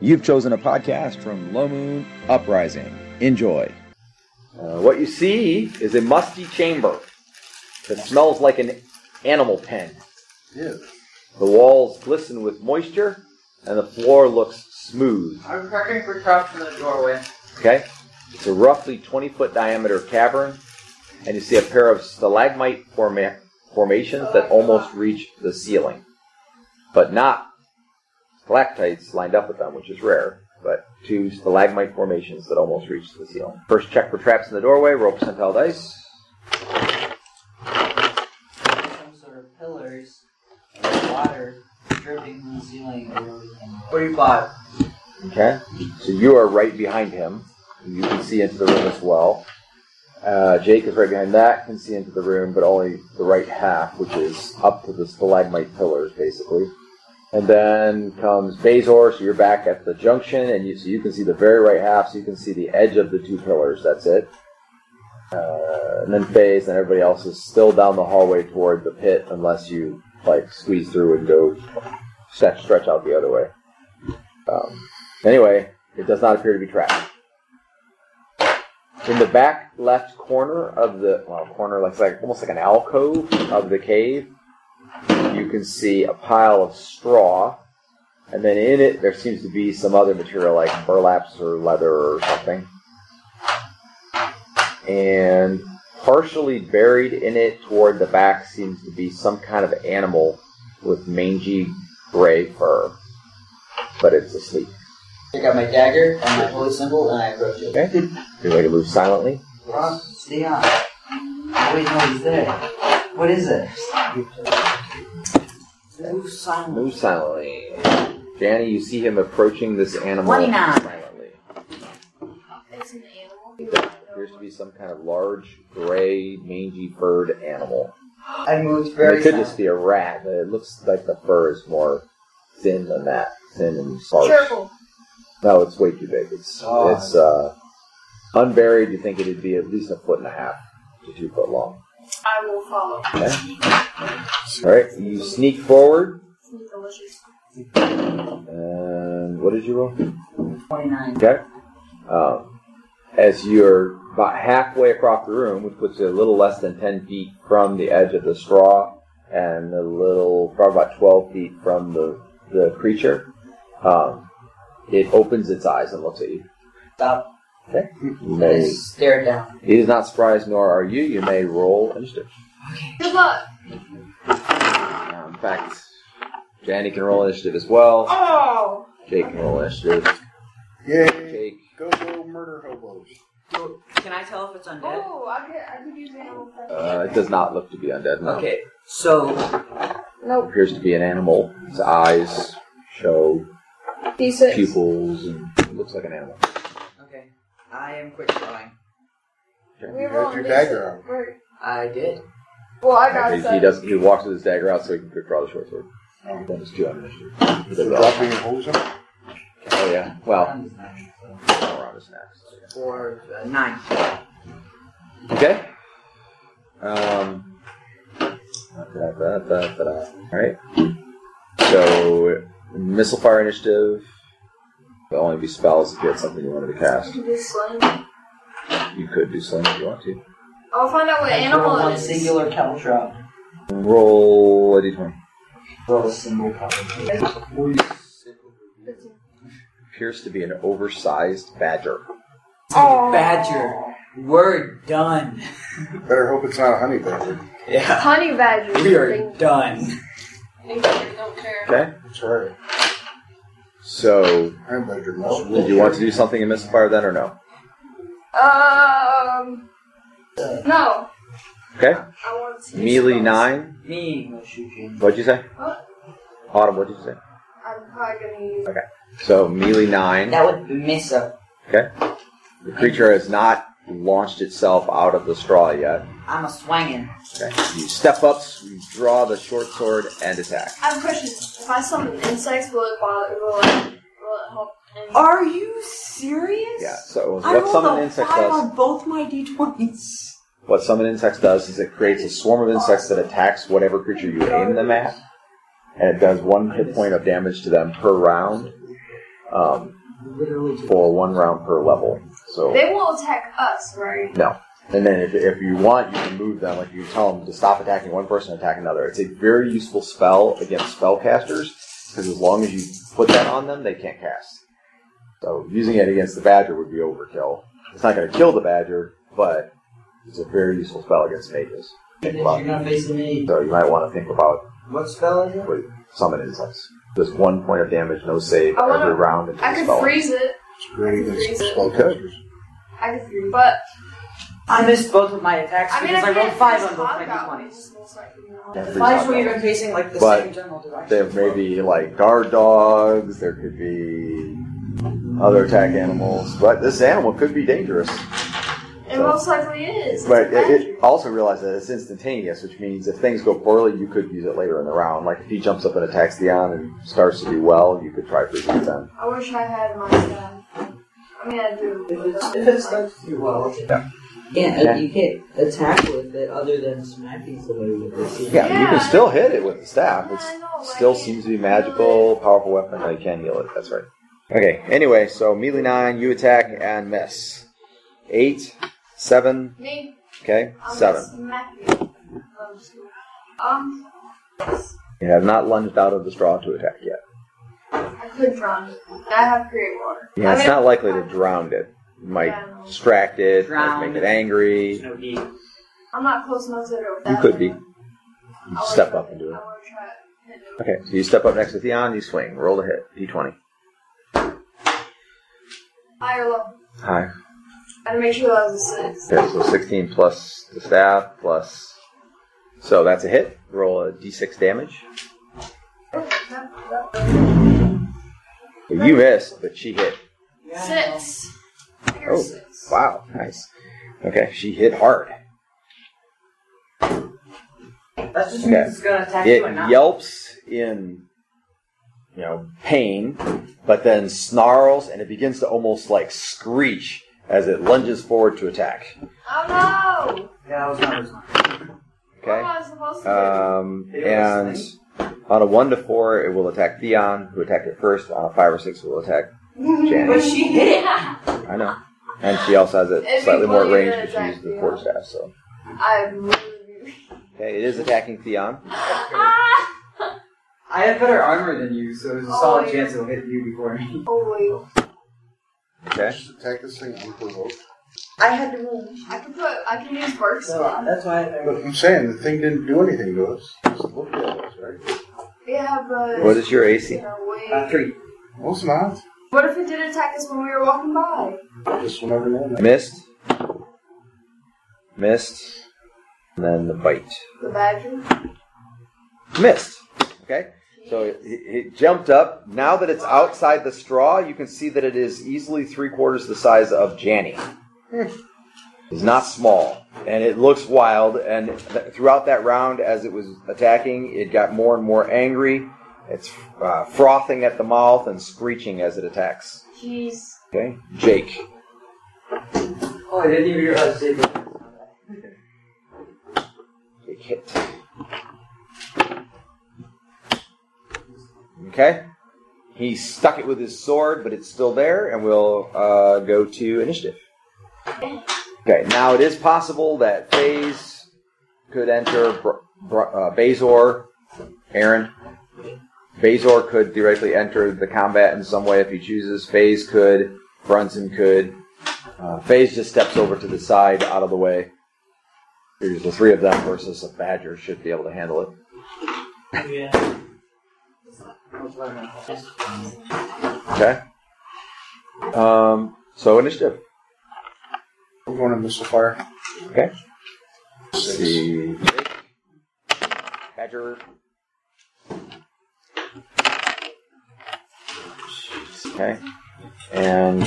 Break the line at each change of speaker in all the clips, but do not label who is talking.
You've chosen a podcast from Low Moon Uprising. Enjoy.
Uh, what you see is a musty chamber that smells like an animal pen.
Ew.
The walls glisten with moisture, and the floor looks smooth.
I'm preparing for trap from the doorway.
Okay? It's a roughly 20 foot diameter cavern, and you see a pair of stalagmite forma- formations that almost reach the ceiling, but not stalactites lined up with them, which is rare, but two stalagmite formations that almost reach the ceiling. First check for traps in the doorway, roll percentile dice.
Some sort of pillars of water dripping from the ceiling. Forty-five.
Okay. So you are right behind him. You can see into the room as well. Uh, Jake is right behind that, can see into the room, but only the right half, which is up to the stalagmite pillars, basically. And then comes Bezor, so you're back at the junction, and you, so you can see the very right half, so you can see the edge of the two pillars. That's it. Uh, and then Faze and everybody else is still down the hallway toward the pit, unless you like squeeze through and go stretch stretch out the other way. Um, Anyway, it does not appear to be trapped. In the back left corner of the well, corner looks like almost like an alcove of the cave, you can see a pile of straw, and then in it there seems to be some other material like burlaps or leather or something. And partially buried in it toward the back seems to be some kind of animal with mangy gray fur, but it's asleep.
Take out my dagger and my holy symbol, and I approach it.
Okay. You're ready to move silently.
Ron, stay on. Wait, no, he's there. What is it? Move silent.
Move silently. Danny, you see him approaching this animal
29.
silently.
It's an animal.
There appears to be some kind of large, gray, mangy furred animal.
I moved
And
very
it could
silent.
just be a rat, but it looks like the fur is more thin than that. Thin and sparse.
Careful.
No, it's way too big. It's
Oh.
it's uh, unburied. You think it'd be at least a foot and a half to two foot long.
I will follow.
All right, you sneak forward,
It's delicious.
and what did you roll?
Twenty-nine.
Okay. Um, as you're about halfway across the room, which puts you a little less than 10 feet from the edge of the straw and a little, probably about 12 feet from the, the creature, um, it opens its eyes and looks at you.
Stop.
You
I
may,
just stare down.
it is not surprised, nor are you. You may roll initiative.
Good luck.
Now, in fact, Danny can roll initiative as well.
Oh.
Jake can roll initiative.
Yay.
Jake,
Go go murder hobos.
Can I tell if it's undead?
Oh, I could, I could use animal friendly.
uh, it does not look to be undead. No.
Okay, so
Nope.
appears to be an animal. Its eyes show
D6.
pupils and it looks like an animal.
okay, I am quick drawing.
We're
Get
rolling
your
D6.
dagger out.
We're-
I did.
Well, I got
He,
it.
he does. He walks with his dagger out so he can quick draw the short sword.
Um,
Then it's two on initiative. He
so
does all-
dropping your hose on?
Oh yeah. Well,
Done this now.
we're on to snacks.
Four, uh, nine.
Okay. Um. da-da-da-da-da-da. All right. So missile fire initiative. There'll only be spells if you had something you wanted to cast.
This sling.
You could do something if you want to.
I'll find out what
I
animal
draw
it
one
is.
singular caltrop.
Roll a d20.
Roll a single copy.
appears to be an oversized badger.
Oh.
Badger. We're done.
Better hope it's not a honey badger.
Yeah.
Honey badger.
We are done.
Honey badgers don't care.
Okay.
That's right.
So,
Honey badger must
did you want to do something in Missile Fire then or no?
Um. No.
Okay.
I want to.
Melee 9.
Me will shoot you.
What'd you say?
What?
Autumn, what'd you say?
I'm probably gonna use.
So, Melee 9.
That would miss up.
The creature has not launched itself out of the straw yet.
I'm a swangin'.
Okay. You step up, you draw the short sword, and attack.
I have a question. If I summon insects, will it bother? Will it, will it help? And
Are you serious?
Yeah, so
I
what
rolled
Summon
a
Insect
five
does,
on both my d20s.
what Summon Insects does is it creates a swarm of insects that attacks whatever creature you aim them at, and it does one hit point of damage to them per round. um,
Literally just
for one round per level. So
They will attack us, right?
no. And then if, if you want, you can move them. Like you tell them to stop attacking one person, attack another. It's a very useful spell against spellcasters because as long as you put that on them, they can't cast. So using it against the badger would be overkill. It's not going to kill the badger, but it's a very useful spell against mages.
you're
Think about it.
not facing me.
So you might want to think about
What spell is it?
with summon incense. Just one point of damage, no save
I wanna-
every round until
Oh, I
the
could
spell.
freeze it.
Great against spellcasters.
I could freeze But,
I missed both of my attacks
I mean,
because I,
I
rolled
can't
five
freeze
on both my
combat,
d20s.
it's just most likely not.
Yeah, freeze
Five
hot
were
dog.
even facing like the
But
same general direction.
There may be like guard dogs, there could be other attack animals, but this animal could be dangerous.
It most likely is. It's
But
a
it,
magic.
it also realize that it's instantaneous, which means if things go poorly, you could use it later in the round. Like if he jumps up and attacks Dion and starts to do well, you could try freezing it then.
I wish I had my staff. I mean, I do.
If
but
it's,
that's
if it's
like-
stuck to you, well, okay.
Yeah.
Yeah,
Yeah.
you can't attack with it other than smacking somebody with it.
Yeah, you
Yeah.
can still hit it with the staff.
Yeah, I know,
It
but I
still
can't
seems to be
heal
magical, powerful weapon. I can heal it. That's right. Okay. Anyway, so melee nine, you attack and miss. Eight, seven.
Me?
Okay,
I'm
seven.
Smack you. I'm just gonna- Um,
You have not lunged out of the straw to attack yet.
I could drown. I have create water.
Yeah,
I
it's
mean,
not likely to drown it. You might
Yeah, no.
distract it, might
Drown.
make it angry.
There's no E. need.
I'm not close enough to do that.
You could be.
I wanna
Step
try
up and do it.
I wanna try it. and do it.
Okay, so you step up next to Theon, you swing, roll a hit, d20.
Higher level.
Hi.
I had to make sure that was a six.
Okay, so 16 plus the staff plus. So that's a hit. Roll a d6 damage. Oh, You missed, but she hit.
Six. You're
Oh,
six.
Wow, nice. Okay, she hit hard.
That's just
Okay.
means it's gonna attack you and
It
not.
yelps in, you know, pain, but then snarls and it begins to almost like screech as it lunges forward to attack.
Oh no!
Yeah, I was not
What
Okay.
am I supposed to do?
Um, and on a one to four, it will attack Theon, who attacked it first. On a five or six, it will attack
But
Janice.
she hit it.
I know. And she also has it
It'd be
slightly more at
funny to
range because she
attack
uses the
Theon.
quarterstaff. So
I really.
okay, it is attacking Theon.
ah!
I have better armor than you, so there's
a solid Oh, yeah. chance
it'll hit you before me.
Oh wait.
Okay,
Just attack this thing unprovoked.
I had to roll.
I can put. I can use bark
So
spot.
that's why I
But I'm saying the thing didn't do anything to us. Just look at us, right?
Yeah, but.
what is your
you
AC?
know, wait.
uh, three.
Well, it's not.
What if it did attack us when we were walking by?
Just whenever know.
Missed, missed, and then the bite.
The badger?
Missed. Okay. So it, it it jumped up. Now that it's outside the straw, you can see that it is easily three quarters the size of Janny. It's not small, and it looks wild. And th- throughout that round, as it was attacking, it got more and more angry. It's uh, frothing at the mouth and screeching as it attacks.
Jeez.
Okay, Jake.
Oh, I didn't even realize it.
Big hit. Okay. He stuck it with his sword, but it's still there, and we'll uh, go to initiative. Okay, now it is possible that FaZe could enter Br- Br- uh, Bazor, Aaron. Bazor could theoretically enter the combat in some way if he chooses. FaZe could, Brunson could. Uh, FaZe just steps over to the side, out of the way. Here's the three of them versus a badger should be able to handle it.
Yeah.
Okay. Um, so initiative.
We're going to missile fire.
Okay.
Six.
See. Badger. Okay. And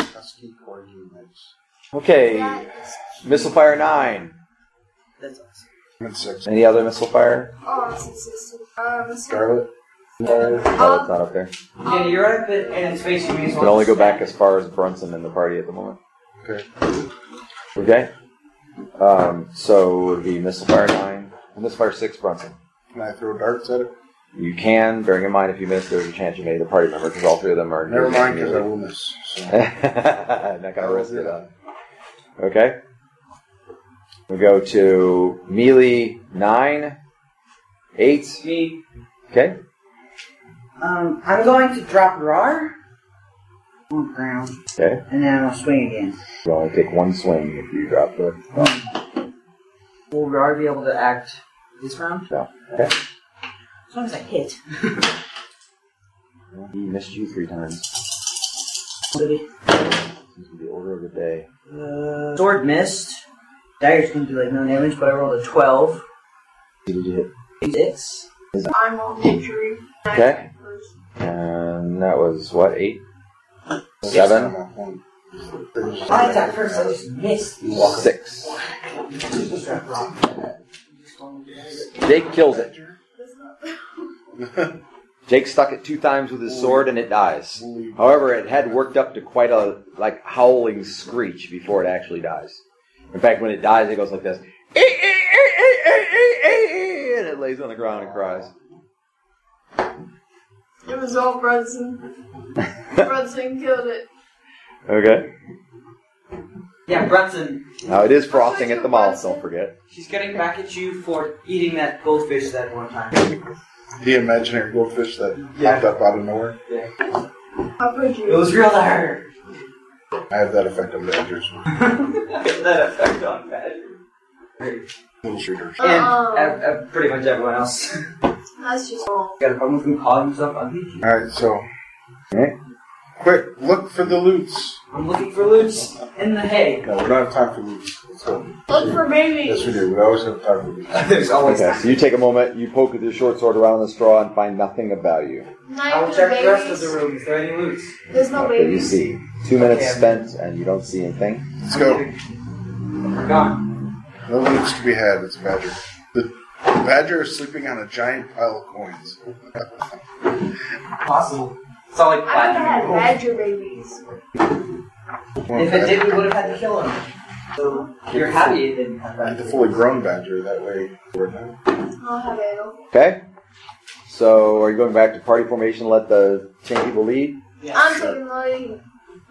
Husky corgi mix.
okay, missile fire nine.
That's awesome.
And six.
Any other missile fire?
Oh, it's existing. Um, so,
Scarlet. No.
No, it's not up there.
Yeah, you're right, but and it's facing me.
You can only go back as far as Brunson and the party at the moment.
Okay.
Okay. Um, so it would be missile fire nine, missile fire six, Brunson.
Can I throw darts at it?
You can, bearing in mind if you miss, there's a chance you made a party member because all three of them are.
Never mind, because I will miss. So.
Not gonna risk it. huh? Okay. We go to melee nine, eight.
Me.
Okay.
Um, I'm going to drop Rar on the ground.
Okay.
And then I'll swing again.
You only take one swing if you drop the.
Will Rar be able to act this round?
No. Okay.
As long as I hit.
He missed you three times. This is the order of the day.
Uh, sword missed. Dagger's gonna do like no damage, but I rolled a 12.
He did hit.
Six.
I'm on injury.
Okay. And that was what eight,
I'm
seven,
on one.
I attacked first, I just missed.
six. Jake kills it. Jake stuck it two times with his sword and it dies. However, it had worked up to quite a like howling screech before it actually dies. In fact, when it dies, it goes like this, Eh, "Ee, ee, ee, ee, ee, ee, ee," eh, and it lays on the ground and cries.
It was all Brudson. Brudson killed it.
Okay.
Yeah, Brunson.
Now it is frothing at the mouth. Don't forget.
She's getting back at you for eating that goldfish that one time.
The imaginary goldfish that
Yeah.
popped up out of nowhere.
How could
It
you?
was real to her.
I have that effect on badgers.
that effect on Badger.
Little shooters.
And
Uh-uh.
ev- ev- pretty much everyone else.
That's just wrong.
Got a problem with him calling himself ugly?
Alright, so.
Alright.
Quick, look for the loots.
I'm looking for loots in the hay.
No, we don't have time for loots. Let's go.
Look for
Yes, we
babies.
do. We always have time for loots.
There's always
Okay, so you take a moment, you poke with your short sword around the straw and find nothing of value.
I
Knife
will
for
check the rest of the
babies.
room. Is there any loots?
There's no
Okay, you
babies.
see. Two minutes
Okay.
spent and you don't see anything.
Let's go.
We're gone.
No loots to be had. It's a badger. The, the badger is sleeping on a giant pile of coins.
Possible. It's all like
I would have had
platinum.
badger babies.
Well,
If it did, we would have had to kill him. So you're happy it didn't
I need the
happen.
fully grown badger that way. we're done.
I'll have ale.
Okay? So are you going back to party formation, let the chain people lead?
I'm taking the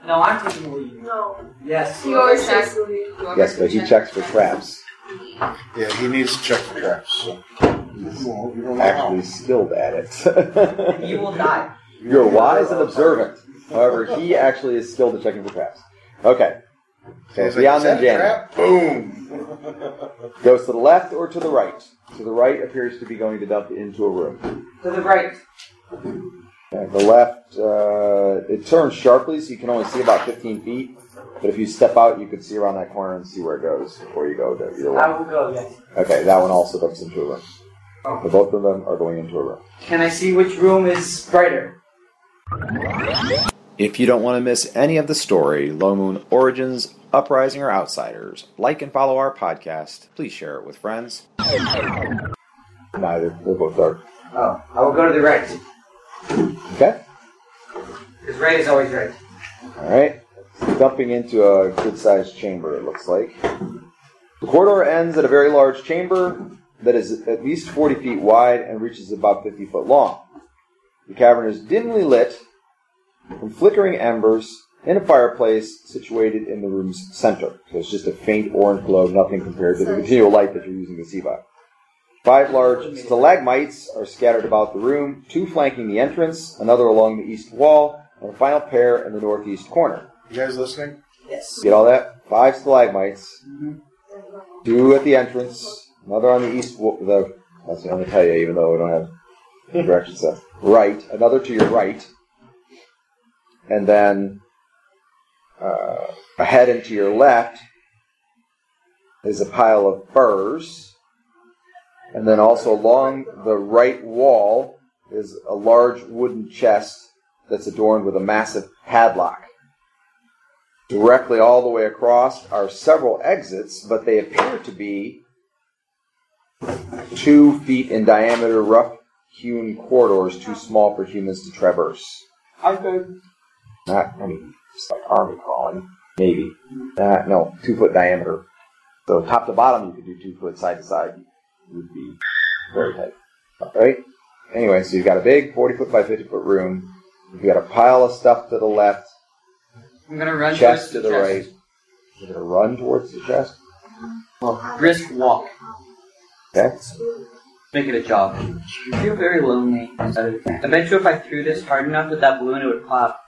No, I'm taking the lead.
lead. No.
Yes.
Yours takes the lead.
Yes, but he checks for traps.
Yeah, he needs to check the traps. So. Well, you don't know how.
Actually skilled at it.
You will die.
You're wise and observant. However, he actually is skilled at checking for traps. Okay. So
He's
it's
like,
beyond
"Is that
them
a
jamming.
trap?" Boom.
Goes to the left or to the right? To the right appears to be going to dump into a room.
To the right.
Uh, the left, uh, it turns sharply, so you can only see about 15 feet. But if you step out, you can see around that corner and see where it goes before you go to either
I
one.
will go, yes.
Okay, that one also dumps into a room. So both of them are going into a room.
Can I see which room is brighter?
If you don't want to miss any of the story, Low Moon Origins, Uprising, or Outsiders, like and follow our podcast. Please share it with friends.
Neither, they're both dark.
Oh, I will go to the right.
Okay,
Because right is always right.
all right. Dumping into a good-sized chamber, it looks like. The corridor ends at a very large chamber that is at least 40 feet wide and reaches about 50 foot long. The cavern is dimly lit from flickering embers in a fireplace situated in the room's center. So it's just a faint orange glow, nothing compared to the continual light that you're using to see by. Five large stalagmites are scattered about the room, two flanking the entrance, another along the east wall, and a final pair in the northeast corner.
You guys listening?
Yes.
Get all that? Five stalagmites,
Mhm.
Two at the entrance, another on the east. wa- The, that's what I'm going to tell you, even though we don't have directions. So. Right, another to your right, and then uh, ahead and to your left is a pile of furs, and then also along the right wall is a large wooden chest that's adorned with a massive padlock. Directly all the way across are several exits, but they appear to be two feet in diameter, rough hewn corridors too small for humans to traverse.
I'm good.
Not, I mean, it's like army crawling, maybe. Uh, no, two foot diameter. So top to bottom, you could do two foot side to side. It would be very tight. All right? Anyway, so you've got a big 40 foot by 50 foot room. You've got a pile of stuff to the left,
I'm gonna run
chest
towards
to the right. You're going to run towards the chest.
Well, brisk walk.
Okay.
Make it a job. I feel very lonely. I bet you if I threw this hard enough with that balloon, it would pop.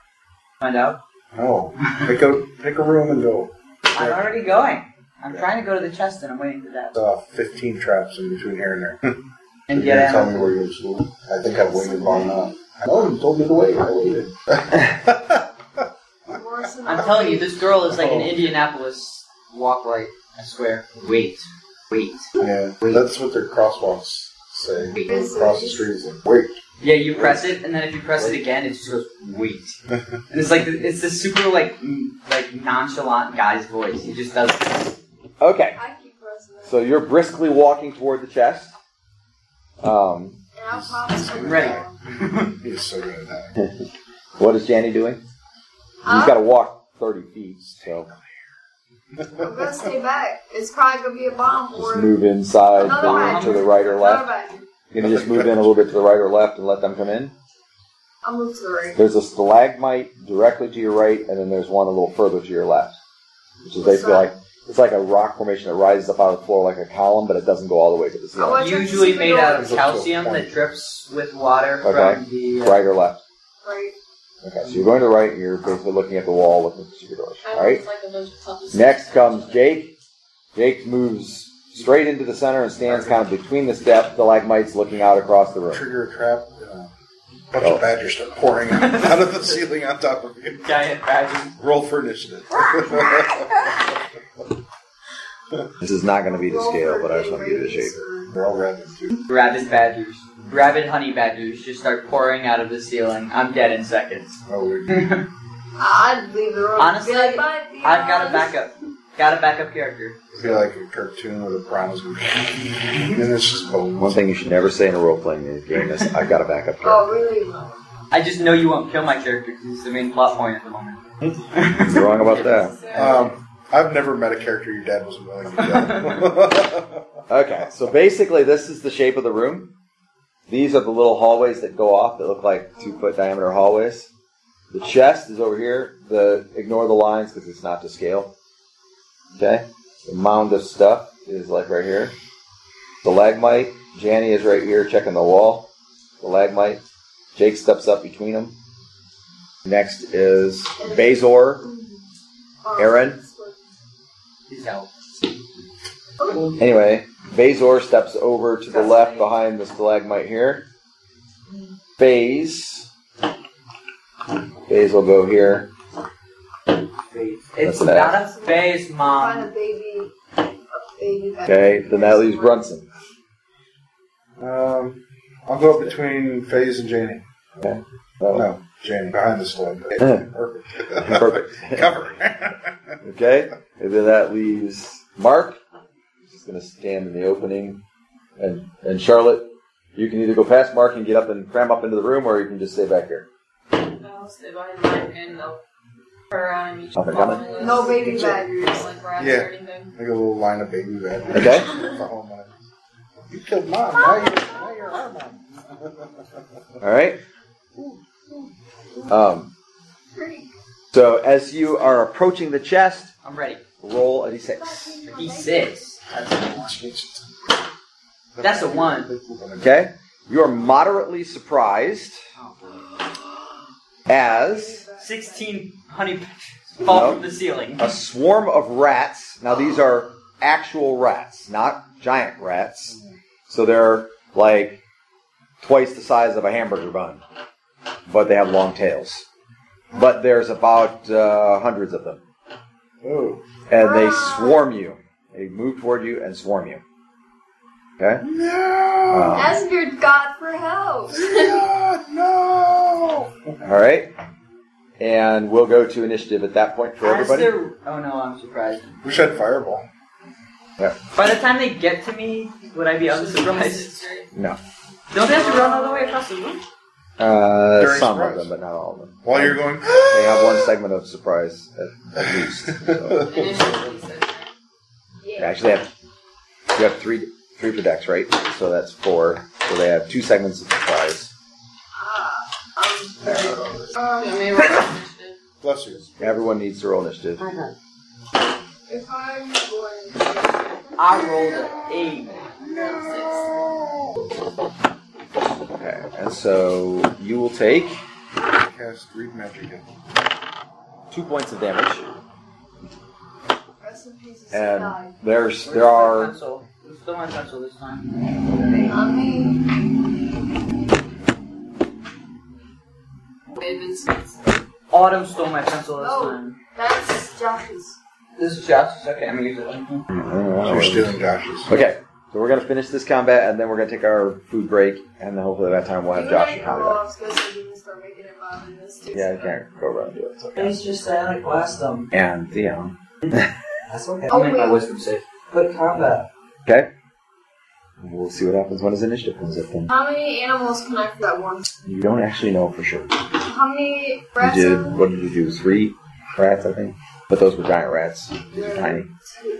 Find out.
No. Oh, Pick a pick a room and go.
I'm already going. I'm trying to go to the chest, and I'm waiting for that.
Uh, Fifteen traps in between here and there.
And
You
get
didn't tell
out.
me where you was going. I think I've waited long enough. I know you told me to wait. I waited.
I'm telling you, this girl is like
Oh.
an Indianapolis walk light. I swear. Wait, wait.
Yeah, that's what their crosswalks say. Across the street is like, wait.
Yeah, you press it, and then if you press it again, it just goes wait. and it's like it's this super like m- like nonchalant guy's voice. He just does.
Okay.
I keep pressing it.
So you're briskly walking toward the chest. Um,
And I'll pop it.
I'm
ready.
He's so good at that.
what is Janny doing? You've got
I'm,
to walk 30 feet, so
I'm gonna stay back. It's probably gonna be a bomb
just
or
move inside,
Another
move
one.
to the right or
another
left.
bag.
You can just move in a little bit to the right or left and let them come in.
I'll move to the right.
There's a stalagmite directly to your right, and then there's one a little further to your left, which is basically like it's like a rock formation that rises up out of the floor like a column, but it doesn't go all the way to the
I
ceiling.
want-
Usually made out of
It's up to a
calcium
point.
that drips with water
Okay.
from the. Uh,
Right or left?
Right.
Okay, so you're going to the right, and you're basically looking at the wall, looking at the secret doors.
I
All right.
was like the most toughest-
Next comes Jake. Jake moves straight into the center and stands kind of between the step stalagmites, looking out across the room.
Trigger a trap. Uh, bunch
Oh.
of badgers start pouring out of the ceiling on top of you.
Giant badger.
Roll for initiative.
This is not going to be to
Roll
scale,
for
but I just want to give it a shape.
ingredients or-
They're all rabid too.
Rabid badgers. Rabid honey badgers just start pouring out of the ceiling. I'm dead in seconds.
Oh, wait.
I've
I'd leave the room.
Honestly,
Be like, "Bye, Theo."
got a backup. Got a backup character.
It'd be like a cartoon with a bronze. and it's just bones.
One thing you should never say in a role playing game is I've got a backup
Oh,
character.
really?
I just know you won't kill my character because it's the main plot point at the moment.
You're wrong about that.
Um, I've never met a character your dad wasn't willing to kill.
Okay, so basically this is the shape of the room. These are the little hallways that go off that look like two foot diameter hallways. The chest is over here. The ignore the lines because it's not to scale. Okay. The mound of stuff is like right here. The lagmite. Janny is right here checking the wall. The lagmite. Jake steps up between them. Next is Bazor.
Um,
Aaron?
Please help.
Anyway, Bazor steps over to the left behind the stalagmite here. Baze. Baze will go here.
It's
That's bad.
not a phase,
Find a
mom.
baby. A baby bag.
Um, Okay, then that leaves Brunson.
um, I'll go between FaZe and Janie.
Oh,
No, Janie, behind the slide. Perfect.
Perfect.
Cover.
Okay, and then that leaves Mark. He's going to stand in the opening. And, and Charlotte, you can either go past Mark and get up and cram up into the room, or you can just stay back here.
I'll stay behind Mike and I'll turn around and meet you.
Okay, got
No baby
Good
bag.
Like rats
Yeah.
or anything.
Like a little line of baby bed.
Okay.
You killed mom. Now you're, now you're our mom.
All right. Um, so as you are approaching the chest,
I'm ready.
roll a d6.
D6. That's a one.
Okay? You are moderately surprised as
16 honey badgers fall
No.
from the ceiling.
a swarm of rats. Now, these are actual rats, not giant rats. So they're like twice the size of a hamburger bun, but they have long tails. But there's about uh, hundreds of them.
Oh.
And they
Ah.
swarm you. They move toward you and swarm you. Okay?
No!
Um,
Ask your God for help.
God, no!
All right. And we'll go to initiative at that point for everybody.
As they're- oh no, I'm surprised.
Wish I had Fireball.
By the time they get to me, would I be unsurprised? Don't they have to run all the way across the room?
Uh,
During
some
surprise.
of them, but not all of them.
While you're going,
They have one segment of surprise at, at least. So.
Initially, so,
You actually have you have three three per decks, right? So that's four. So they have two segments of supplies.
Uh, um,
I mean, right.
Bless you.
Everyone needs their own initiative.
I got
if I'm going to
I rolled an eight.
Okay, and so you will take
Cast read magic. again.
two points of damage,
Rest in peace, it's
and
died.
there's there are
Pencil. It's still my pencil this time.
I mean,
Ravens.
Autumn stole my pencil this
Oh.
time.
that's Josh's.
This is Josh's. Okay, I'm gonna use it.
You're stealing Josh's.
okay. So we're gonna finish this combat, and then we're gonna take our food break, and then hopefully by that time we'll have
You
Josh
might
and
go
Holly.
off, especially when you start making it violent in this too.
Yeah, you can't go around do it. so-
Please just say I like last them.
And yeah,
That's okay.
Oh,
I'll make my
wait.
wisdom safe.
But combat.
okay. We'll see what happens when his initiative comes up. Then
How many animals can I that one?
you don't actually know for sure.
How many
You
rats?
did what did you do? Three rats, I think. But those were giant rats. These are tiny.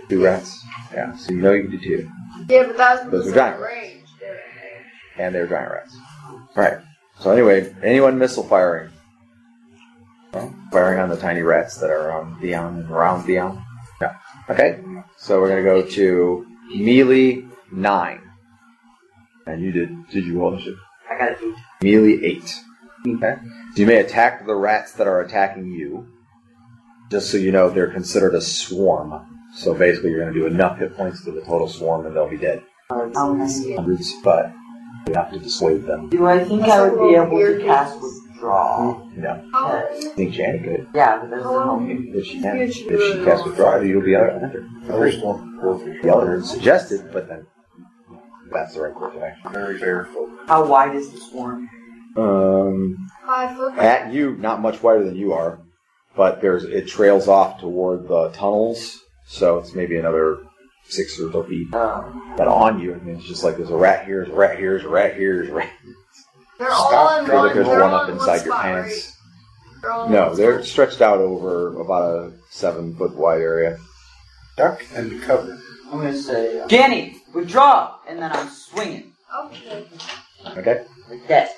Two rats. Yeah. So you know you can do two.
Yeah, but that's
Those
was
are giant
range.
And they're giant rats. Alright. So anyway, anyone missile firing? Well, firing on the tiny rats that are on Dion and around Dion? No. Okay. So we're gonna go to Melee nine. And you did did you all shoot?
I got an eight.
Melee 8. Okay. You may attack the rats that are attacking you. Just so you know, they're considered a swarm. So basically, you're going to do enough hit points to the total swarm and they'll be dead.
Okay.
Hundreds, but you have to dissuade them.
Do I think I would be able to cast withdraw?
No.
How
I think she ain't good.
Yeah, but there's
How
no.
If she, can. if she casts withdraw, you'll be out of enter.
Very one.
The other suggested, but then that's the right course of action.
Very careful.
How wide is the swarm?
Um,
five foot?
at you, not much wider than you are, but there's it trails off toward the tunnels, so it's maybe another six or so feet.
Um,
But on you, I mean, it's just like there's a rat here, there's a rat here, there's a rat here, there's a rat.
They're
Stop
all in
They're
Feels
one.
like there's
they're
one
all
up
in
inside
one
your
spot,
pants.
right? They're all in
No,
one
they're
spot.
stretched out over about a seven foot wide area.
Duck and cover.
I'm gonna say. Uh, Danny, withdraw, and then I'm swinging
Okay.
Okay,
like that.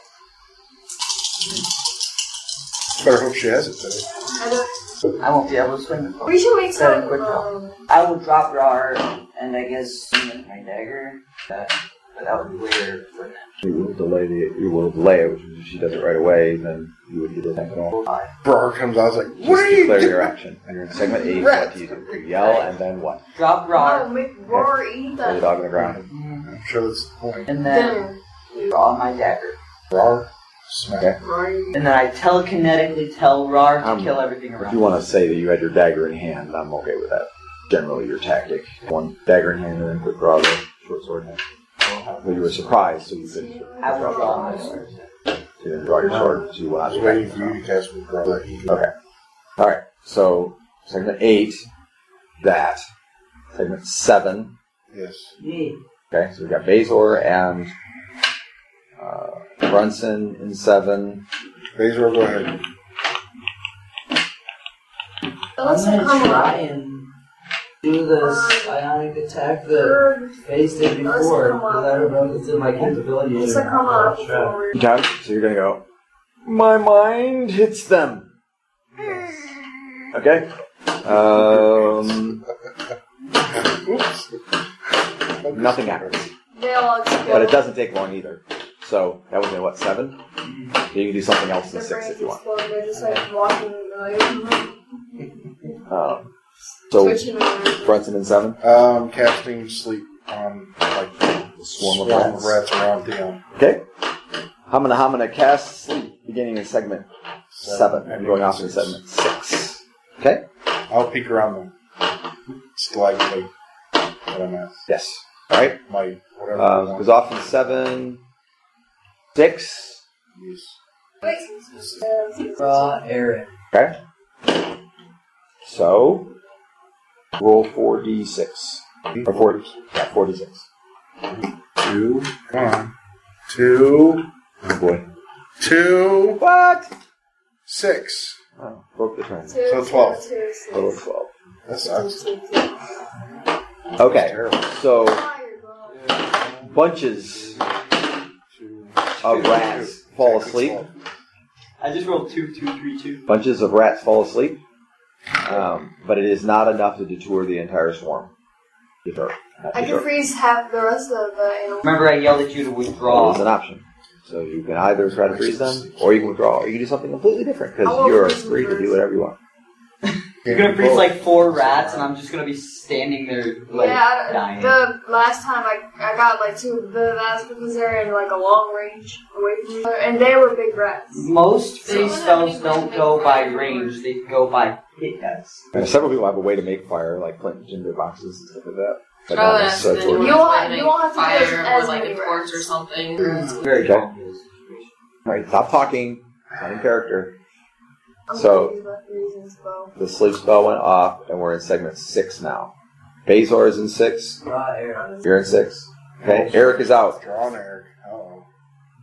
Better hope she has it today.
I don't-
I won't be able to swing. the
We
bow.
should make
Seven
some.
foot tall.
Um,
I will drop Rar, and I guess swing my dagger. That, Uh, but that would be weird, wouldn't
it will delay the it will delay it, which means if she does it right away, then you would get attacked at all.
it? Five.
Brar comes out. I was like,
Just
what are you
declare
doing?
your action. And you're in segment eight. What do you do? You yell and then what?
Drop
no,
Rar,
make Roar
Put
eat
the
them.
dog on the ground.
I'm sure that's the point.
and then
Dinner.
draw my dagger.
Brar, smack.
Okay.
Roar.
And then I telekinetically tell Rar to
Um,
kill everything
If
around.
you want to say that you had your dagger in hand, I'm okay with that. Generally, your tactic: one dagger in hand, and then quick draw the short sword. hand. But you were surprised, so you could
I will draw my sword.
you didn't draw your sword. So you will
I
not
was
be
waiting
back.
for you to cast with Brar. But he-
Okay. All right. So segment eight, that segment seven.
Yes.
Yeah.
Okay. So we got Bazor and uh, Brunson in seven.
Basil, go ahead.
Let's
I'm gonna
come
try
on.
and do this ionic attack that
Bird.
Faze did before, but I don't know if it's in my capability.
Let's
or
come
not.
on
I'll try.
forward.
Okay. So you're gonna go. My mind hits them. Okay. Um,
Oops.
nothing happens,
They all
but it
explode.
doesn't take long either. So that was in what seven? So you can do something else in
Their
six
brains
if you want.
explode. They're just like walking, like
Um, so
twitching around.
Brunson in seven.
Um, casting sleep on like the
Swarm of
swarm of
rats.
rats around Dion.
Okay. Hamina Hamina casts sleep beginning in segment seven and going off in
six.
segment six. Okay.
I'll peek around them. Slightly. What I'm at.
Yes. All right.
My whatever.
Uh,
I want.
goes off in seven, six.
Yes.
Wait.
Draw Eric.
Okay. So roll four d six or four. Yeah, four d six.
Two. Come on. Two.
Oh boy.
Two.
What?
Six.
Oh, broke the turn.
Two,
So 12.
two, two, six.
Total twelve.
That
Two,
sucks.
two, two.
Okay.
Terrible.
So
Fire, bro.
bunches of rats fall asleep.
I just rolled two, two, three, two.
Bunches of rats fall asleep, um, but it is not enough to detour the entire swarm. Deter, not
I can
deter.
freeze half the rest of the animals.
Remember, I yelled at you to
That is
withdraw.
an option. So you can either try to freeze them, or you can withdraw, or you can do something completely different
I
because
will
you're
freeze them
free to do
first.
whatever you want.
You're gonna freeze like four rats, and I'm just gonna be standing there like
yeah, I-
dying.
the last time I, I got like two of the that's because they're in like a long range away from me. And they were big rats.
Most
So you
freeze
don't have any
spells
way to
don't
make
go by
fire
range; they go by hit dice.
And several people have a way to make fire, like Clint ginger boxes and stuff like that. But
Oh,
not
yeah, so
necessarily
then you
torches.
wouldn't
You won't-
light
you won't have to
fire
use as
or like
many
a torch
rats.
or something.
Mm.
Very
Okay.
complicated situation.
All right, stop talking. Not in character.
I'm
So-
confused about freezing spell.
The sleep spell went off, and we're in segment six now. Bazor is in six. You're in six. Okay, Eric is out.
Drawn Eric. Oh.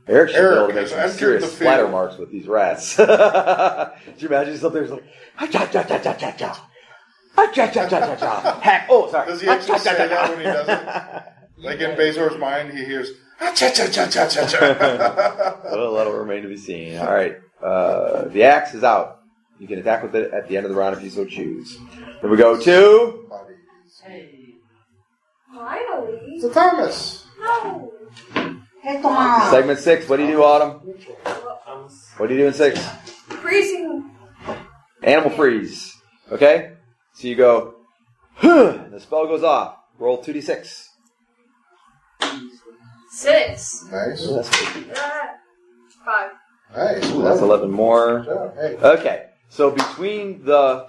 Eric should be able
Eric
to make
is
some
under
serious
the field.
splatter marks with these rats. Could you imagine something that's like, ah, cha cha cha cha cha cha. Ah, cha cha cha cha cha. Heck, oh, sorry.
Does he actually
Ah, cha, cha,
say
cha,
that
cha.
when he does Like in Bezor's mind, he hears ah, cha cha cha cha cha cha.
Well, that'll remain to be seen. All right. Uh, the axe is out. You can attack with it at the end of the round if you so choose. Here we go to
Finally.
So Thomas.
No.
Hey, come on.
segment six. What do you do, Autumn? What do you do in six?
Freezing
Animal freeze. Okay? So you go, huh, and the spell goes off. Roll 2d6.
six.
Nice.
Ooh, that's,
Ah, Five.
Nice.
ooh, that's 11 more.
Good job. Hey.
Okay, so between the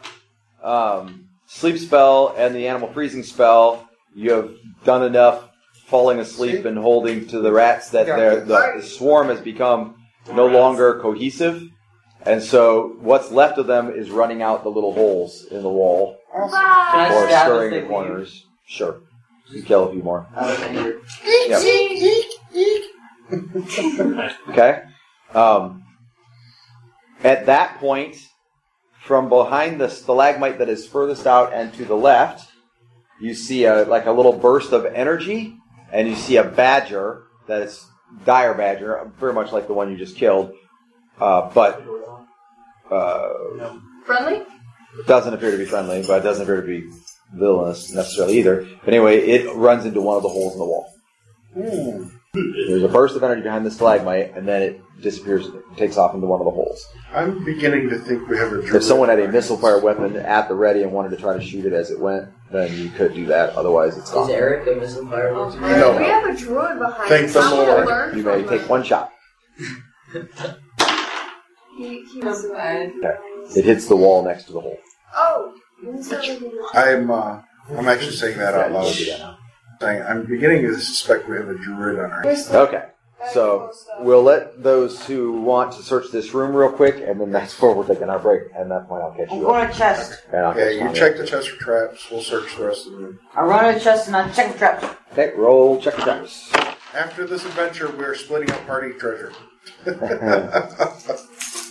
um, sleep spell and the animal freezing spell, you have done enough falling asleep and holding to the rats that they're- the, the swarm has become no longer cohesive. And so what's left of them is running out the little holes in the wall
Bye.
Can I
or
stab if
stirring
they
the
leave?
corners. Sure. You kill a few more.
Out of anger.
Yep. Okay. Um, at that point, from behind the stalagmite that is furthest out and to the left, you see a like a little burst of energy, and you see a badger that is dire badger, very much like the one you just killed, uh, but uh,
Friendly?
doesn't appear to be friendly, but it doesn't appear to be villainous necessarily either. But anyway, it runs into one of the holes in the wall.
Hmm.
There's a burst of energy behind the stalagmite, and then it disappears, takes off into one of the holes.
I'm beginning to think we have a.
If
druid.
someone had a missile fire weapon at the ready and wanted to try to shoot it as it went, then you could do that. Otherwise, it's gone.
Eric a missile
Oh,
fireworks?
No.
We have a druid behind
Thank
us.
the
I'm gonna
Lord.
learn
You may
from
take
him.
one shot.
He, he was
Okay.
It hits the wall next to the hole.
Oh. you said we can-
I'm. Uh, I'm actually saying that out
Yeah,
loud.
you can do that now.
Saying, I'm beginning to suspect we have a druid on our.
There's some
Okay,
very
so
close stuff.
we'll let those who want to search this room real quick, and then that's where we're taking our break. And that point, I'll catch
I'm
you up.
going to chest.
And I'll catch
Okay,
on
you check the chest for traps. We'll search the rest of the room.
I run to chest and I check the traps.
Okay, roll check the dice.
After this adventure, we're splitting up party treasure.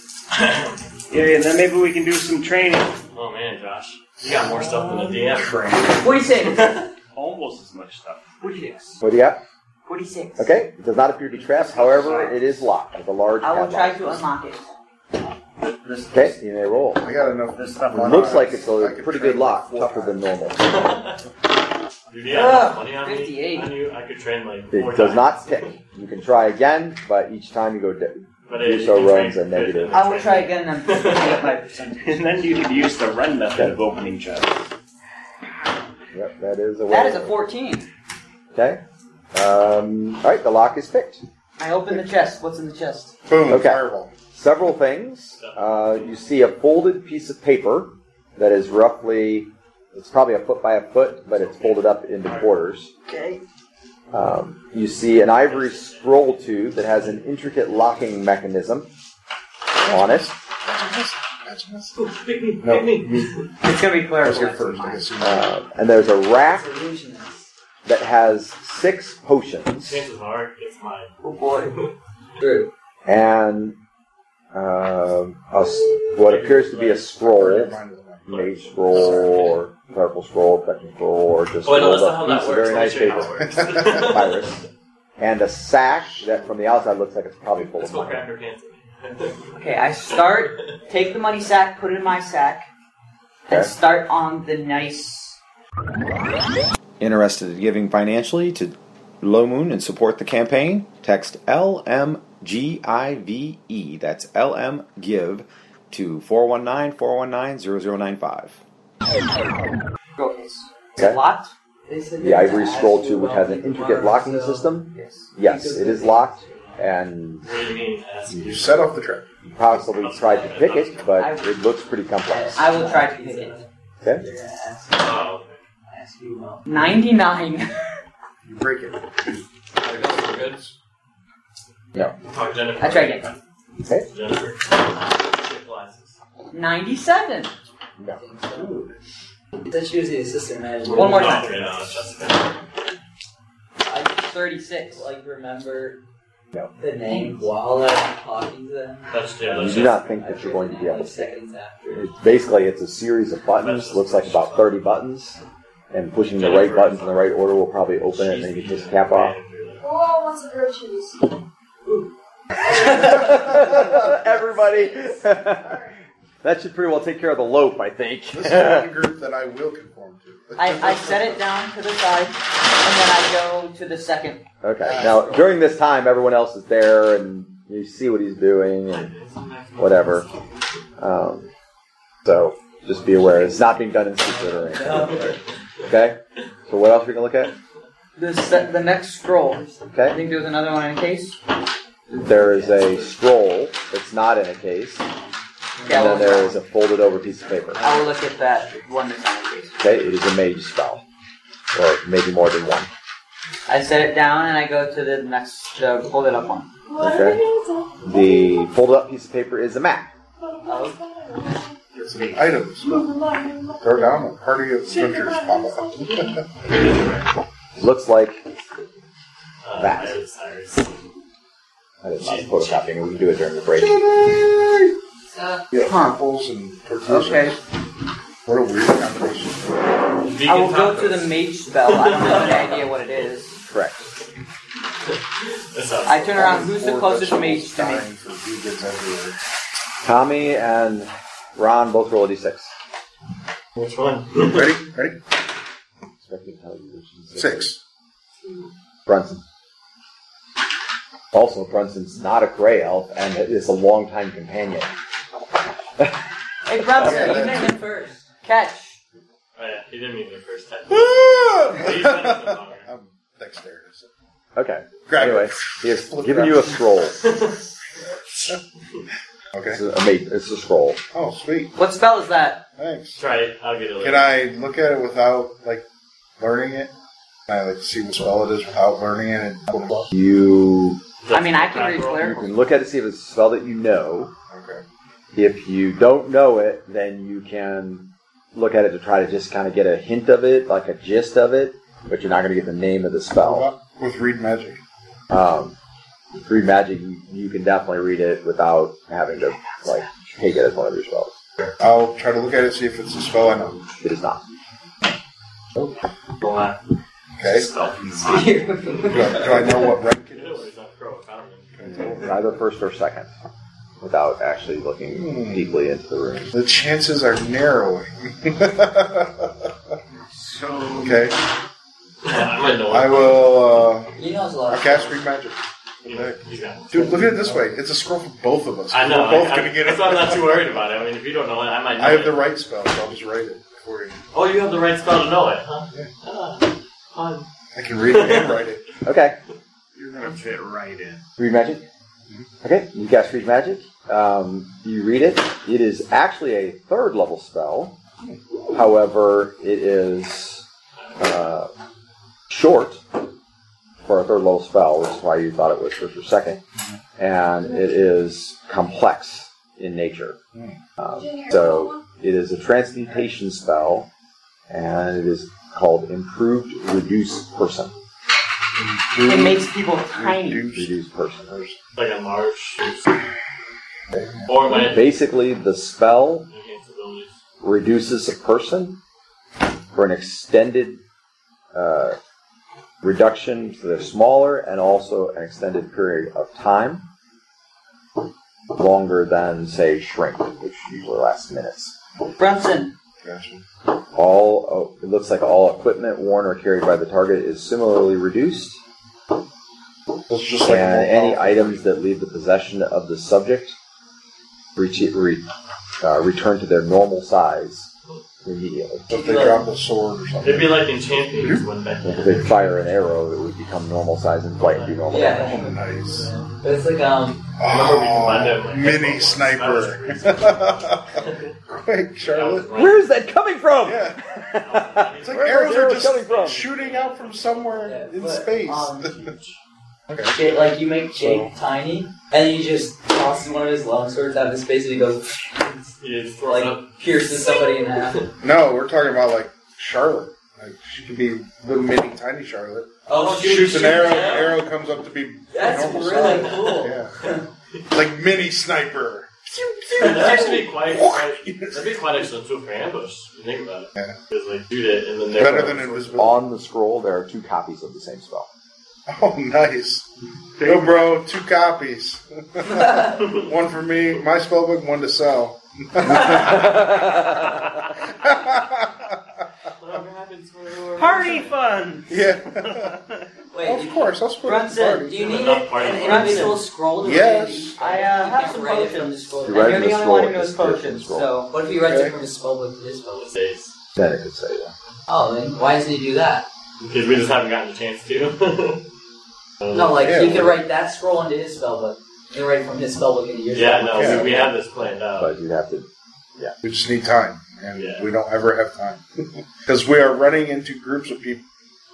Yeah, then maybe we can do some training. Oh man, Josh, you got more stuff than the DM.
Forty-six.
Almost as much stuff.
Forty-six.
What do you got?
Forty-six.
Okay, it does not appear to be trapped. However, it is locked with a large
I will
padlock.
try to unlock it.
Okay, you may roll.
I got enough.
This stuff
It looks like it's a pretty good lock, tougher than normal.
Dude, yeah, I have
Ugh,
money on me.
58.
I knew I could train like four
It does
times.
not stick. You can try again, but each time you go, di-
But
do
you
so
can
runs
train
a
fit
negative.
and
I will
train
try
fit.
again and five percent.
And then you could use the run method of opening chests.
yep, that is a way.
That is a 14.
Okay. Um, all right, the lock is picked.
I open the chest. What's in the chest?
Boom,
Okay.
fireball.
Several things. Uh, you see a folded piece of paper that is roughly, it's probably a foot by a foot, but it's folded up into quarters.
Okay.
Um, you see an ivory scroll tube that has an intricate locking mechanism on it.
No, me.
It's gonna be
I
Claire's
was here first. I guess you know.
Uh, and there's a rack
Illusionist.
that has six potions.
Chances are it's mine.
Oh boy.
and um, a s what appears to be a
Never
scroll,
mind, never mind.
mage scroll, or clerical scroll, protection scroll, or just
Oh, wait, no,
rolled
that's not
up
how that
piece of
works.
very nice
Let me
paper,
show you how it works.
papyrus, and a sash that from the outside looks like it's probably full
Let's
of
go
money.
grab your pants.
Okay, I start, take the money sack, put it in my sack, and
Okay.
start on the nice.
Interested in giving financially to Low Moon and support the campaign? Text LMGIVE, E, that's LM Give, to 419 419 0095.
Go. It's
Okay.
locked.
The ivory scroll too, which has an intricate locking system. Yes, it is locked, and
What do you mean? Ask
You
you.
set off the trap.
you possibly tried to pick it, but it looks pretty complex.
I will try to pick it.
Okay.
Oh,
Ask you about.
99.
You break it.
I guess we're good.
No.
Talk to Jennifer.
I try again.
Okay.
Jennifer. She glasses.
97.
No.
That she was the assistant manager.
One more
Not
time.
right now, Jessica.
I just
36.
like remember
No.
the name while I was talking to them.
That's the other
You do
Jessica.
not think that you're going to be able to pick it.
seconds after.
It's basically, it's a series of buttons. Looks like about 30 buttons, and pushing the right buttons in the right order will probably open it and then you can
She's
just cap off.
the-
Who all wants a grilled cheese?
Everybody. that should pretty well take care of the loaf, I think.
This is the only group that I will conform to.
I, I set it down to the side, and then I go to the second.
okay. Now, during this time, everyone else is there, and you see what he's doing, and whatever. Um, so just be aware, it's not being done in secret or anything. Okay. So what else are we gonna look at?
The, se- the next scroll. I
Okay.
think there's another one in a case.
There is a scroll that's not in a case,
Okay, I
and
will,
then there is a folded over piece of paper.
I will look at that one that's not in a case.
Okay, it is a mage spell, or maybe more than one.
I set it down, and I go to the next, uh, hold it up one.
The folded up piece of paper is a map.
It's an item. So throw down a party of strangers pop up.
Looks like
Uh,
That.
Iris, Iris.
I didn't mind photocopying. We can do it during the break.
So,
Yeah,
Huh.
apples and tortillas.
Okay.
What a weird combination.
Vegan
I will go to
tacos.
the mage spell. I don't have any idea what it is.
Correct.
That's not-
I turn around. Who's the
Four
closest mage
vegetables
to me?
dying for vegans everywhere.
Tommy and Ron both roll a d6.
Which one?
Ready? Ready?
Expecting to tell you which is six.
Six.
Brunson. Also, Brunson's not a gray elf and is a longtime companion.
Hey, Brunson,
Yeah,
you
that-
didn't even
First.
catch.
Oh, yeah, he didn't mean the first time. He's better than
I'm
Bummer.
dexterous.
Okay.
Grab it.
anyway, he has given you a scroll.
Okay.
It's a, a ma- it's a scroll.
Oh, sweet.
What spell is that?
Thanks.
Try it. I'll get it
Can
later.
I look at it without like learning it? Can I like see what spell it is without learning it? Okay.
You
I mean, I can read
you
clear.
can look at it, see if it's a spell that you know. If you don't know it, then you can look at it to try to just kind of get a hint of it, like a gist of it, but you're not going to get the name of the
What
spell.
about with read magic?
Um, through magic, you, you can definitely read it without having to like take it as one of your spells.
I'll try to look at it see if it's a spell I know.
It is not.
Black
Okay.
spell.
Do I, do I know what rank it
You know
is?
where it's not pro, I don't know.
Okay.
Either first or second, without actually looking
Hmm.
deeply into the room.
The chances are narrowing.
So
okay.
I might know.
I will. Uh,
You know it's a lot.
I'll
of
cast
fun.
read magic.
You know, you got it.
Dude, look at it this way. It's a scroll for both of us.
I know.
We're both
I, I,
gonna get it.
that's why I'm not too worried about it. I mean, if you don't know it, I might. Know
I have
it.
the right spell, so I'll just write it for you.
Oh, you have the right spell to know it, huh? Ah,
I can read it and write it.
Okay,
You're gonna fit right in. Mm-hmm.
read magic. Okay, you guys read magic. Um, you read it. It is actually a third level spell. However, it is uh, short for a third level spell, which is why you thought it was first or second.
Mm-hmm.
And it is complex in nature.
Mm.
Um, so it is a transmutation spell, and it is called Improved Reduce Person. Mm.
It makes people tiny.
Reduce Person.
like a march. Or when it
Basically, the spell
enhances abilities.
reduces a person for an extended uh, reduction, so they're smaller, and also an extended period of time, longer than, say, shrink, which usually lasts minutes.
Brunson.
Gotcha.
All oh, it looks like all equipment worn or carried by the target is similarly reduced,
It's just like
and
a
any items that leave the possession of the subject re- re- uh, return to their normal size immediately.
So if they drop a sword or something.
It'd be like in Champions when they
If they fire an arrow, it would become normal size and flight and do normal
Yeah.
damage.
Oh, nice.
But it's like um.
Remember we combined that with-
Oh, mini sniper. Quick, Charlotte.
Where is that coming from?
Yeah. It's like
Oh, Where are
arrows
the
are
arrows coming from?
just shooting out from
yeah,
somewhere in
but,
space.
um, Jake- like you make Jake tiny, and then you just tosses one of his long swords out into space, and he goes
Yeah, it's thrown up.
like pierces somebody in half.
No, we're talking about like Charlotte. Like she could be the mini tiny Charlotte.
Oh, shoot,
Shoots an
shoot,
arrow,
shoot.
and arrow comes up to be
That's
normal
really
size.
cool.
Yeah. Like mini sniper.
That'd actually be quite, quite that'd be quite excellent tool for ambush. If you think about it,
Yeah.
because like shoot it and then
Better than invisibility.
On the scroll, there are two copies of the same spell.
Oh, nice. Yo, bro, two copies. one for me, my spellbook, one to sell.
Whatever happens, whatever-
Party fun!
yeah.
Wait,
of course, I'll split it.
Brunson, do you need
Enough party
an
for
individual scroll? To
Yes.
I, uh, have some potions.
You
potions.
write
You're
in the
the only
scroll,
one who
it's
knows
written in the
potions,
scroll.
so.
What if he writes
Okay.
it from his spellbook to his spellbook?
States.
Then it could say, yeah.
Oh, then why doesn't he do that?
Because we just haven't gotten a chance to.
No, like
Yeah,
he could
we-
write that scroll into his spellbook, and write from his spellbook into your
Yeah,
spellbook.
no,
Yeah.
we, we have this planned out.
But you'd have to.
We just need time, and
Yeah.
we don't ever have time because we are running into groups of people,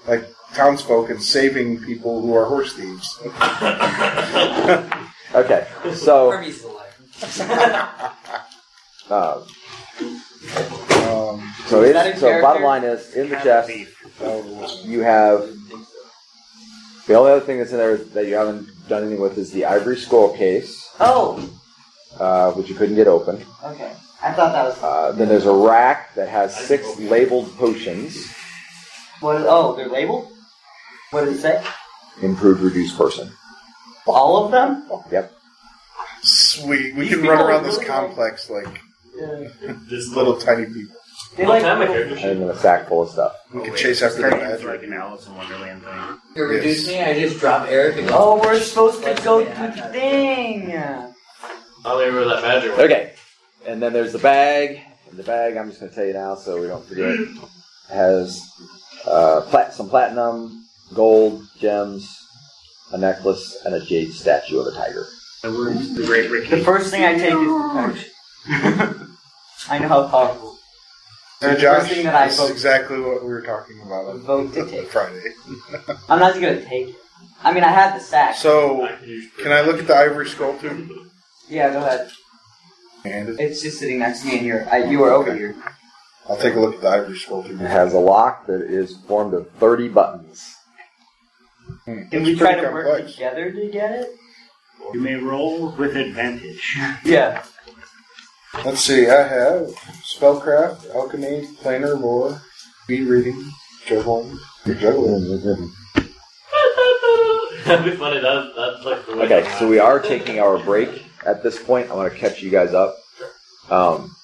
like townsfolk, and saving people who are horse thieves. Um,
Okay, so
Hermes is alive.
um,
Um,
so
Is that
it's,
in
so bottom
character?
line is in the chest
so,
you have the only other thing that's in there that you haven't done anything with is the ivory scroll case,
Oh,
uh, which you couldn't get open.
okay. I thought that was
Uh, then there's a rack that has six labeled potions.
what. Is, oh, they're labeled. What did it say?
Improved, reduced person.
All of them.
sweet, we
These
can run
people are
around this
really
complex like
This
little tiny people.
They
One
like
time my
little-
character
And then a sack full of stuff.
We can chase after
the
them.
game's like an Alice in Wonderland thing.
You reduce me, I just drop Eric. And
Oh, we're supposed to
Let's
go
see.
do the thing.
I only remember that magic one.
Okay. And then there's the bag. And the bag, I'm just going to tell you now so we don't forget, has uh, plat- some platinum, gold, gems, a necklace, and a jade statue of a tiger.
The words, the great
The
Ricky.
first thing I take is. I know how powerful.
Now,
First
Josh,
thing that I
this is
vote-
exactly what we were talking about on
Vote to take.
Friday.
I'm not gonna take it. I mean, I have the sack.
So,
I could use-
can I look at the ivory skull too?
Yeah, go ahead.
And it-
It's just sitting next to me, and you're I, you were over here.
I'll take a look at the ivory skull too.
It has a lock that is formed of 30 buttons.
Hmm. Can
It's
we try
pretty
to work
complex.
together to get it?
You may roll with advantage.
Yeah.
Let's see, I have spellcraft, alchemy, planar lore, speed reading, juggling. Juggling.
That'd be funny. That, that's like the way.
Okay, so we are taking our break at this point. I want to catch you guys up. Um,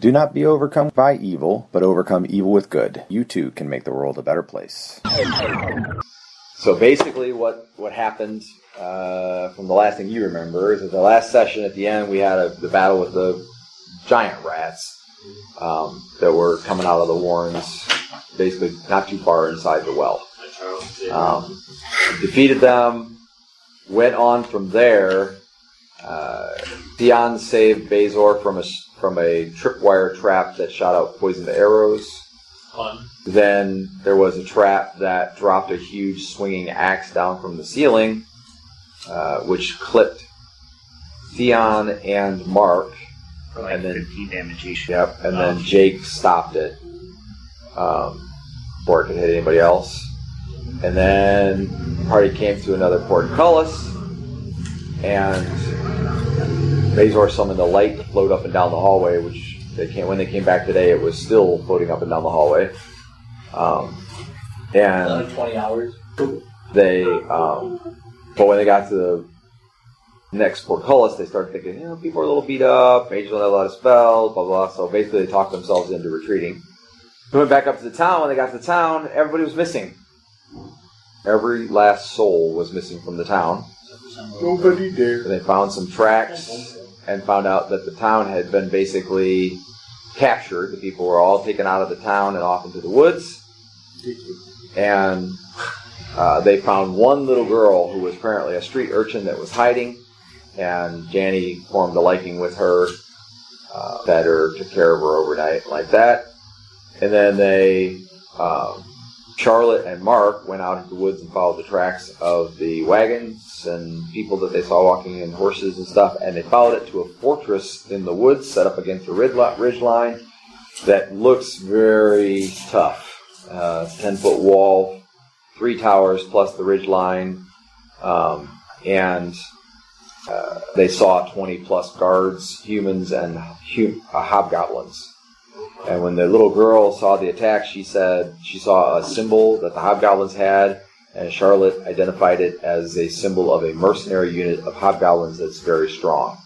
Do not be overcome by evil, but overcome evil with good. You too can make the world a better place.
So basically, what what happened uh, from the last thing you remember is that the last session at the end we had a, the battle with the giant rats um, that were coming out of the warrens, basically not too far inside the well.
Oh.
Um, defeated them. Went on from there. Uh, Theon saved Bazor from a s- from a tripwire trap that shot out poisoned arrows.
Fun.
Then there was a trap that dropped a huge swinging axe down from the ceiling, uh, which clipped Theon and Mark.
For like
And then-
15 damage each.
Yep. And then Jake stopped it um, before it could hit anybody else. And then the party came to another portcullis, and Mazor summoned a light to float up and down the hallway. Which they came when they came back today, it was still floating up and down the hallway. Um, and
twenty hours.
they um, but when they got to the next portcullis they started thinking you know people are a little beat up angel had a lot of spells blah blah so basically they talked themselves into retreating they went back up to the town when they got to the town everybody was missing every last soul was missing from the town
Nobody there.
and they found some tracks and found out that the town had been basically captured the people were all taken out of the town and off into the woods and uh, they found one little girl who was apparently a street urchin that was hiding, and Janny formed a liking with her, uh, fed her, took care of her overnight, like that. And then they, um, Charlotte and Mark went out into the woods and followed the tracks of the wagons and people that they saw walking and horses and stuff, and they followed it to a fortress in the woods set up against a rid- ridge line that looks very tough. Uh, it's a 10 foot wall, three towers plus the ridge line, um, and uh, they saw 20 plus guards, humans, and hu- uh, hobgoblins. And when the little girl saw the attack, she said she saw a symbol that the hobgoblins had, and Charlotte identified it as a symbol of a mercenary unit of hobgoblins that's very strong.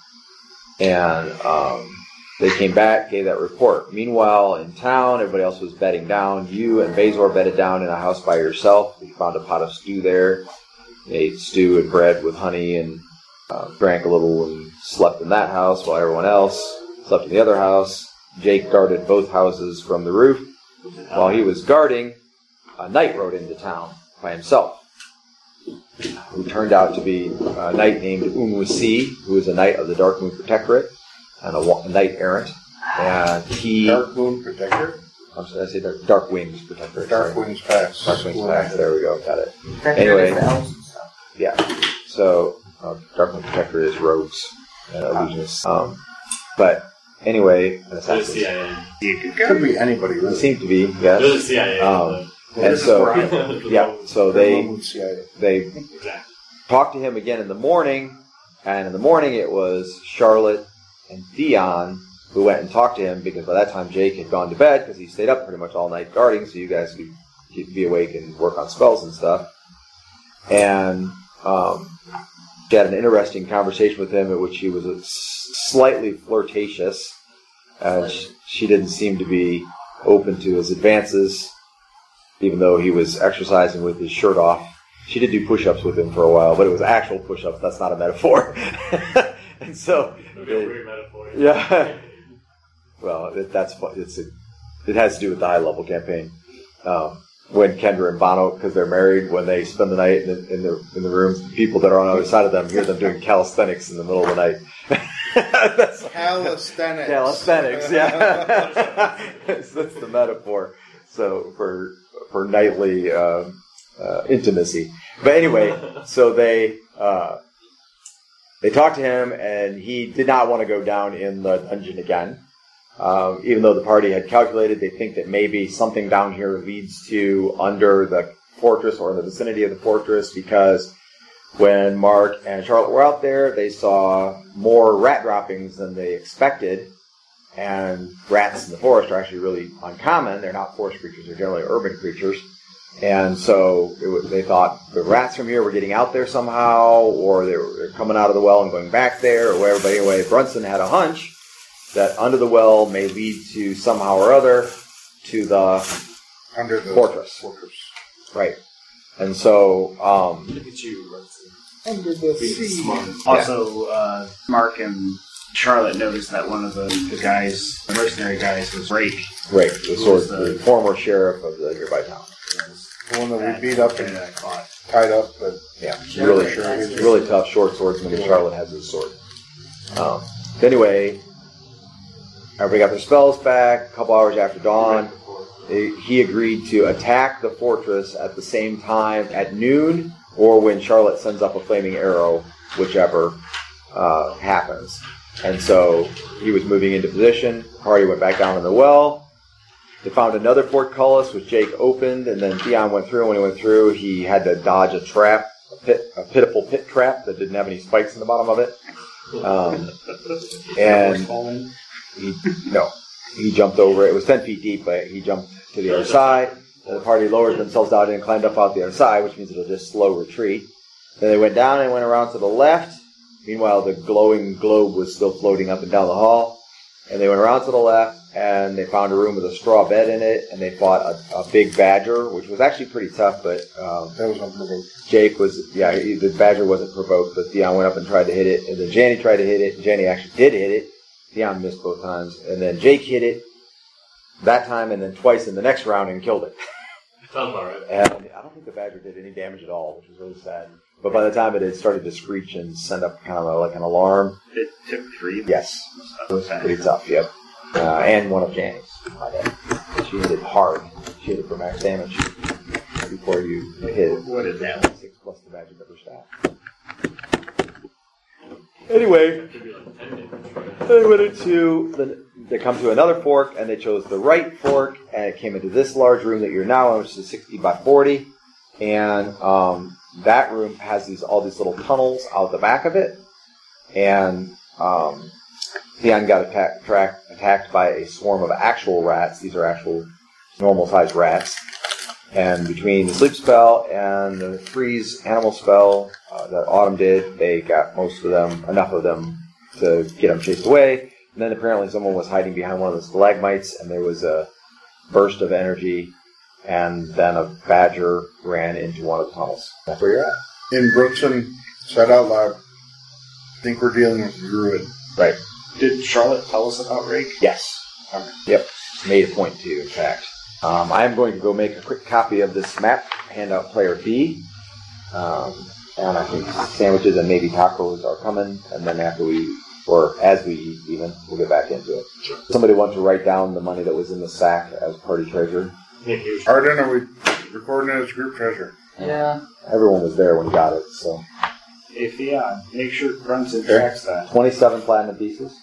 And um, they came back, gave that report. Meanwhile, in town, everybody else was bedding down. You and Bezor bedded down in a house by yourself. You found a pot of stew there. You ate stew and bread with honey and uh, drank a little and slept in that house while everyone else slept in the other house. Jake guarded both houses from the roof. While he was guarding, a knight rode into town by himself, who turned out to be a knight named Umusi, who was a knight of the Dark Moon Protectorate and a wa- knight errant. And he.
Dark Moon Protector?
I'm sorry, I say dark, dark Wings Protectorate.
Dark
sorry.
Wings Pass.
Dark Wings Pass, there we go, got it.
Protectorate
Anyway.
is the elves
Yeah. So, uh, Dark Moon Protector is rogues and illusionists. Um, but anyway, that's
They're the CIA.
Could be anybody, really. Seem to be, yes.
They're the CIA,
Um,
but-
and so,
This is where I live.
yeah, so they,
CIA.
they talked to him again in the morning, and in the morning it was Charlotte and Theon who went and talked to him because by that time Jake had gone to bed because he stayed up pretty much all night guarding, so you guys could keep- be awake and work on spells and stuff. And um, she had an interesting conversation with him in which he was uh, s- slightly flirtatious. Uh, sh- she didn't seem to be open to his advances even though he was exercising with his shirt off. She did do push ups with him for a while, but it was actual push ups. That's not a metaphor. and so.
weird metaphor.
Yeah. well, it, that's fu- it's a, it has to do with the high level campaign. Um, when Kendra and Bono, because they're married, when they spend the night in the, in the in the room, people that are on the other side of them hear them doing calisthenics in the middle of the night.
Calisthenics.
Calisthenics, yeah. That's that's the metaphor. So for for nightly uh, uh, intimacy. But anyway, so they uh, they talked to him, and he did not want to go down in the dungeon again. Um, even though the party had calculated, they think that maybe something down here leads to under the fortress or in the vicinity of the fortress because when Mark and Charlotte were out there, they saw more rat droppings than they expected. And rats in the forest are actually really uncommon. They're not forest creatures, they're generally urban creatures. And so it was, they thought the rats from here were getting out there somehow, or they were coming out of the well and going back there, or whatever. But anyway, Brunson had a hunch that under the well may lead to somehow or other to the
Under the
Fortress.
Fortress.
right. And so um,
Look at you, Russell.
Under the
Being
sea.
smart.
Also, uh, Mark and Charlotte noticed that one of the, the guys, the mercenary guys, was Rake.
Right, the,
Who
sword,
was the-
the former sheriff of the nearby town.
The one that we beat up and
I caught.
tied up, but
Yeah,
Yeah,
really,
sure.
really tough short swordsman. And Charlotte has his sword. Um, but anyway, everybody got their spells back. A couple hours after dawn, they- he agreed to attack the fortress at the same time at noon, or when Charlotte sends up a flaming arrow, whichever uh, happens. And so he was moving into position. Party went back down in the well. They found another portcullis, which Jake opened, and then Theon went through. And when he went through, he had to dodge a trap, a, pit, a pitiful pit trap that didn't have any spikes in the bottom of it. Um, and he, no, he jumped over. it. It was ten feet deep, but he jumped to the other side. And the party lowered themselves out and climbed up out the other side, which means it'll just slow retreat. Then they went down and went around to the left. Meanwhile, the glowing globe was still floating up and down the hall. And they went around to the left, and they found a room with a straw bed in it, and they fought a, a big badger, which was actually pretty tough, but um,
That was unprovoked.
Jake was, yeah, he, the badger wasn't provoked, but Dion went up and tried to hit it, and then Janny tried to hit it, and Janny actually did hit it. Dion missed both times, and then Jake hit it that time, and then twice in the next round and killed it.
Sounds about right.
And I don't think the badger did any damage at all, which was really sad. But by the time it had started to screech and send up kind of a, like an alarm,
It took three.
yes, it was pretty tough. Yep, uh, and one of Janny's. my bad. She hit it hard. She hit it for max damage before you hit it.
What is that?
Six plus the magic number stat. Anyway, they went into the, they come to another fork, and they chose the right fork, and it came into this large room that you're now in, which is 60 by 40, and um, that room has these all these little tunnels out the back of it, and um, Theon got attacked, track, attacked by a swarm of actual rats. These are actual normal sized rats. And between the sleep spell and the freeze animal spell uh, that Autumn did, they got most of them, enough of them, to get them chased away. And then apparently someone was hiding behind one of the stalagmites, and there was a burst of energy, and then a badger ran into one of the tunnels. That's where you're at.
And Brooklyn said out loud, I think we're dealing with Druid.
Right.
Did Charlotte tell us about Rake?
Yes.
Okay.
Yep. Made a point to, in fact. Um, I am going to go make a quick copy of this map, hand out player B. Um, and I think sandwiches and maybe tacos are coming, and then after we, or as we eat even, we'll get back into it. Somebody want to write down the money that was in the sack as party treasure?
Arden, are we recording it as group treasure?
Yeah.
Everyone was there when we got it, so.
If yeah, make sure Brunson
Sure.
tracks that.
27 platinum pieces.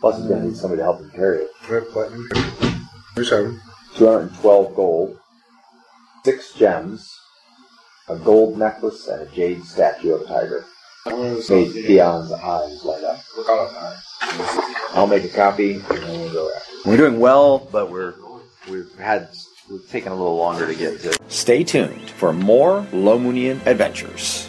Plus, he's going to need somebody to help him carry it.
Do we have platinum? There's seven.
212 gold, six gems, a gold necklace, and a jade statue of a tiger. Made Theon's eyes light up. I'll make a copy, and then we'll go after. We're doing well, but we're we've had we've taken a little longer to get to.
Stay tuned for more Lomunian adventures.